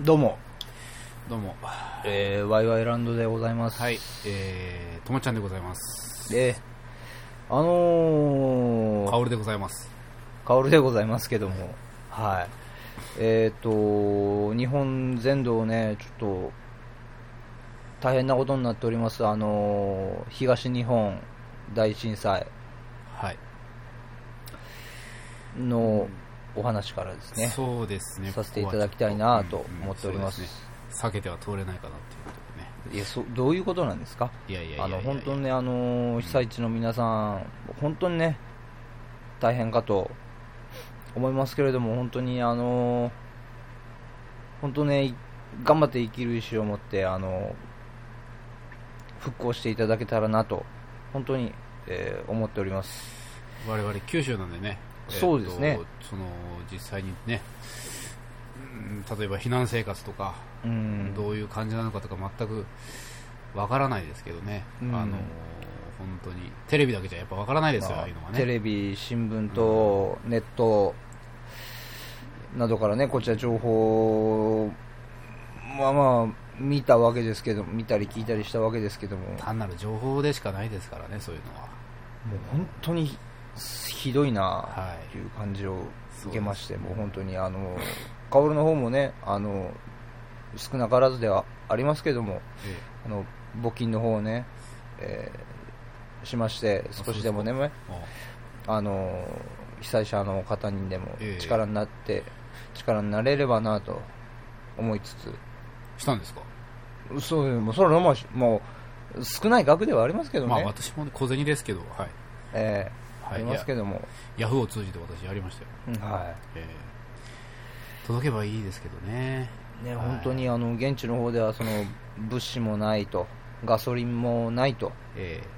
どうも、どうも。えー、ワイワイランドでございます。はい、えー、ともちゃんでございます。で、あのかー、おるでございます。カオルでございますけども、はい。えっ、と、日本全土をね、ちょっと、大変なことになっております。あのー、東日本大震災はい。のお話からですね、そうですね。させていただきたいなと思っております。ここはちょっとうんうんそうでね避けては通れないかなっていうことでね。いやそどういうことなんですかいやいやいやあいやの本当にね、あのー被災地の皆さん、本当にね、大変かと思いますけれども、本当に、あのー本当ね、い頑張って生きる意思を持って、あのー復興していただけたらなと、本当に、えー思っております。我々九州なんでね。そうですねえーとその、実際にね、うん例えば避難生活とか、うん、どういう感じなのかとか全くわからないですけどね。うんあの、本当に、テレビだけじゃやっぱわからないですよ、まあああいうのはね。テレビ、新聞とネットなどからね、こちら情報をまあまあ見たわけですけど、見たり聞いたりしたわけですけども、もう単なる情報でしかないですからね、そういうのは。本当にひどいなはとい。いう感じを受けまして、そうでもすねう本当にあの薫の方もね、あの少なからずではありますけども、えあの募金の方をね、えーしまして、少しでもね、えもうあの被災者の方にでもええ力になって、力になれればなと思いつしたんですか、つ、そうもうそれはもうもう少ない額ではありますけどね、まあ私も小銭ですけど、はい。ええはいありますけども、ヤフーを通じて私やりましたよ。うんはええ届けばいいですけどね。いねはい本当にあの現地の方ではその物資もないと、ガソリンもないと、ええ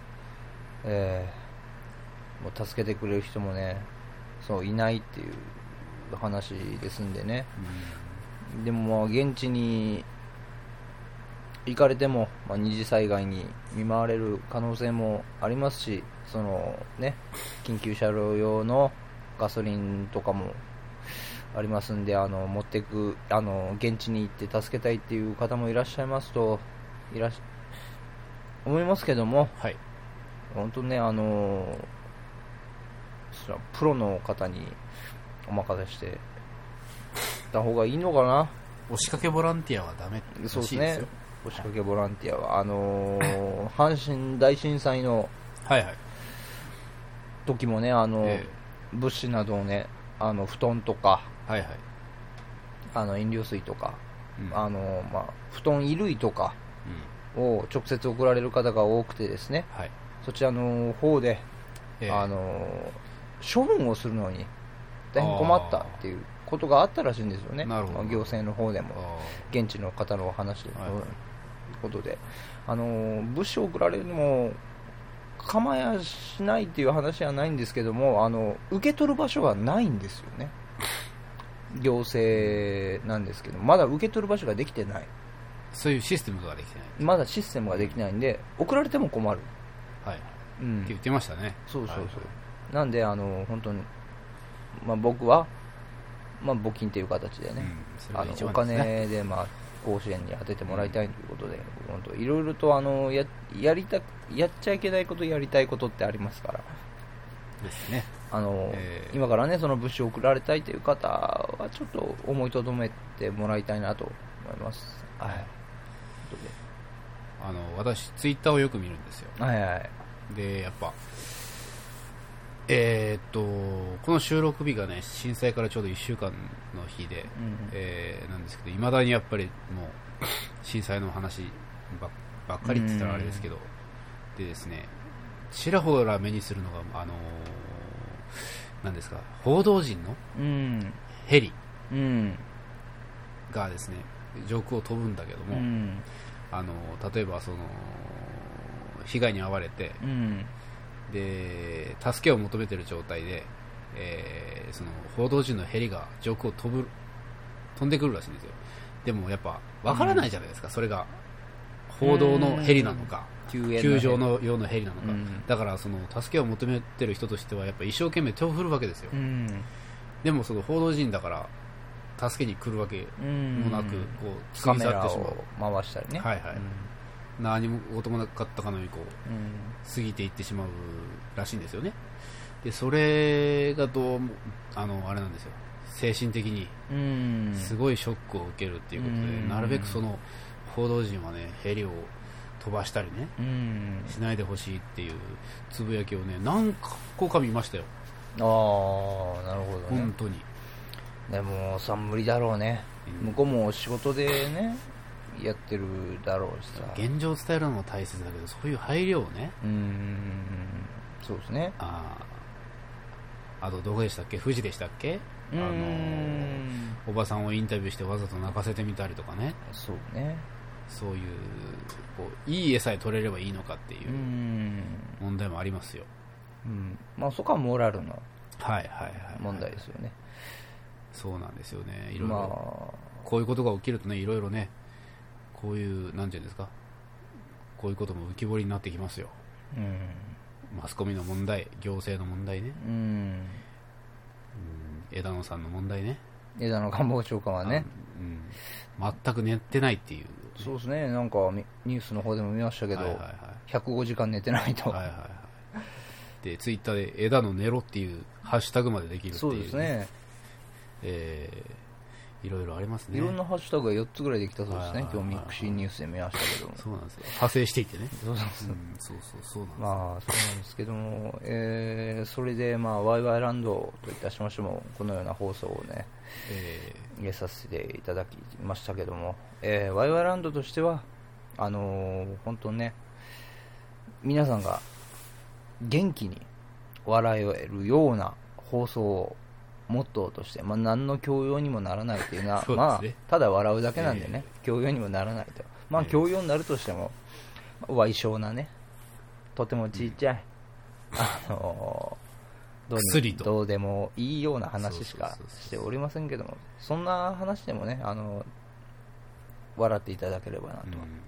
ええもう助けてくれる人もねそういないっていう話ですんでね。でもまあ現地に行かれても、まあ、二次災害に見舞われる可能性もありますしその、ね、緊急車両用のガソリンとかもありますんであの持ってくあの現地に行って助けたいっていう方もいらっしゃいますといらっし思いますけどもうんはい。本当ねあのそのプロの方にお任せしてた方がいいのかな。押しかけボランティアはダメらしそうですいですねよ。、押しかけボランティアは、あの ー阪神大震災のはいはい。時もね、あのーえ物資などをね、あの布団とか、えはいはい。あの飲料水とか、うんあのーまあ、布団衣類とかうんを直接送られる方が多くてですね、はい。そちらの方で、ええあのー処分をするのに大変困ったっていうことがあったらしいんですよね、なるほどまあ行政の方であも。あ現地の方のお話というはいことで、あの物資を送られるのも構やしないっていう話はないんですけどもあの受け取る場所がないんですよね、行政なんですけど、まだ受け取る場所ができてない、そういうシステムができてない。まだシステムができないんで、送られても困る、はい。ってうん、言ってましたね。そうそうそう、はいなんで、あの本当に、まあ、僕は、まあ、募金という形でね。うん。それあがの一お番ですね。金で、まあ、甲子園に当ててもらいたいということで、本当いろいろとあのややりたやっちゃいけないこと、やりたいことってありますから、ですね。あのええ今からねその物資を送られたいという方は、ちょっと思いとどめてもらいたいなと思います。はいというこあの、私、ツイッターをよく見るんですよ。とではいはいで、やっぱ、えーっと、この収録日がね、震災からちょうど1週間の日で、うんえーなんですけど、いまだにやっぱりもう、震災の話ばばっかりって言ったらあれですけど、でですね、ちらほら目にするのが、あのーなんですか、報道陣のうんヘリうんがですね、上空を飛ぶんだけどうも、んあの例えばその、被害に遭われて、うんで助けを求めている状態で、えーその報道陣のヘリが上空を飛ぶ飛んでくるらしいんですよでもやっぱわからないじゃないですか、それが報道のヘリなのか救救助の用のヘリなのか、うんだからその助けを求めてる人としてはやっぱ一生懸命手を振るわけですよ、うんでもその報道陣だから助けに来るわけうんもなく、こう、カ過ぎメ去っラてしまをう。回したりね。はいはい何も事もなかったかのように、こう、うんうん過ぎていってしまうらしいんですよね。で、それがどうも、あの、あれなんですよ。精神的にうんすごいショックを受けるっていうことで、うんなるべくその報道陣はね、ヘリを飛ばしたりね、うんしないでほしいっていうつぶやきをね、何個か見ましたよ、ああなるほどね本当に。でもさ無理だろうねうん向こうも仕事でねやってるだろうしさ現状を伝えるのも大切だけど、そういう配慮をね、うんそうですねあーあとどこでしたっけ、富士でしたっけ、うあのーんおばさんをインタビューしてわざと泣かせてみたりとかね、そうねそういうこういい餌さえ取れればいいのかっていううん問題もありますよ。うんまあそこはモラルのはいはいはい。問題ですよねそうなんですよね。いろいろ、まこういうことが起きるとね、いろいろね、こういう、なんていうんですか、こういうことも浮き彫りになってきますよ。あうんマスコミの問題、行政の問題ね、うんうん枝野さんの問題ね、枝野官房長官はねあのうん、全く寝てないっていう、そうですねなんかみニュースの方でも見ましたけどはいはいはい105時間寝てないとはいはいはい、でツイッターで枝野寝ろっていうハッシュタグまでできるっていう、そうですねえーいろいろありますね、いろんなハッシュタグが4つぐらいできたそうですはいねは、い今日ミクシーニュースで見ましたけども。そうなんですよ、派生していってね、そうそううんそうそうそうなんです、まあ、そうなんですけども、えーそれで、まあ、ワイワイランドといたしましても、このような放送をね、え入れさせていただきましたけども、えーワイワイランドとしては、あのー本当ね、皆さんが元気に笑えるような放送をモットーとして、まあ、何の教養にもならないっていうのは、 そうまですねあ、ただ笑うだけなんでね、教養にもならないと。まあ、ええ教養になるとしても、わい小なね、とてもちっちゃい、あのーどうに薬とどうでもいいような話しかそうそうそうそうしておりませんけども、そんな話でもね、あの笑っていただければなーと、うん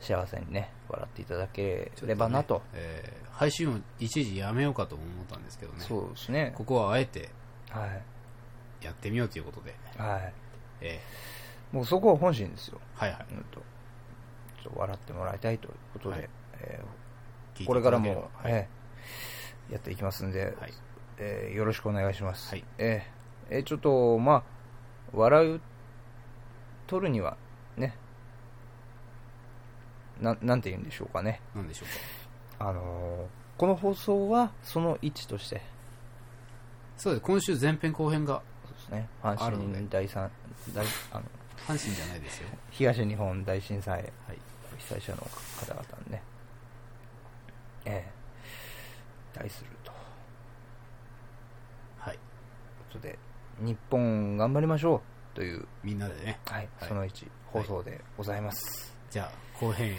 幸せにね、笑っていただけちょっればなと、ねえー配信を一時やめようかと思ったんですけどねそうですね、ここはあえてはい、やってみようということで、はい、えもうそこは本心ですよ、ーはいはいうんと、ちょっと笑ってもらいたいということで、はいえー聞いていただければこれからも、はい、えーやっていきますんで、はいえーよろしくお願いします。はいえーえーちょっと、まあ、笑う、取るには、ね、ななんて言うんでしょうかね。なんでしょうかあのーこの放送はその位置として、そうです今週前編後編がそうですね、阪あるの神ね第三大あの阪神じゃないですよ東日本大震災、はい被災者の方々にね、えー対するというはいことで、日本頑張りましょうという、みんなでねはいはいその位置放送でございます。じゃあ後編へ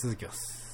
続きます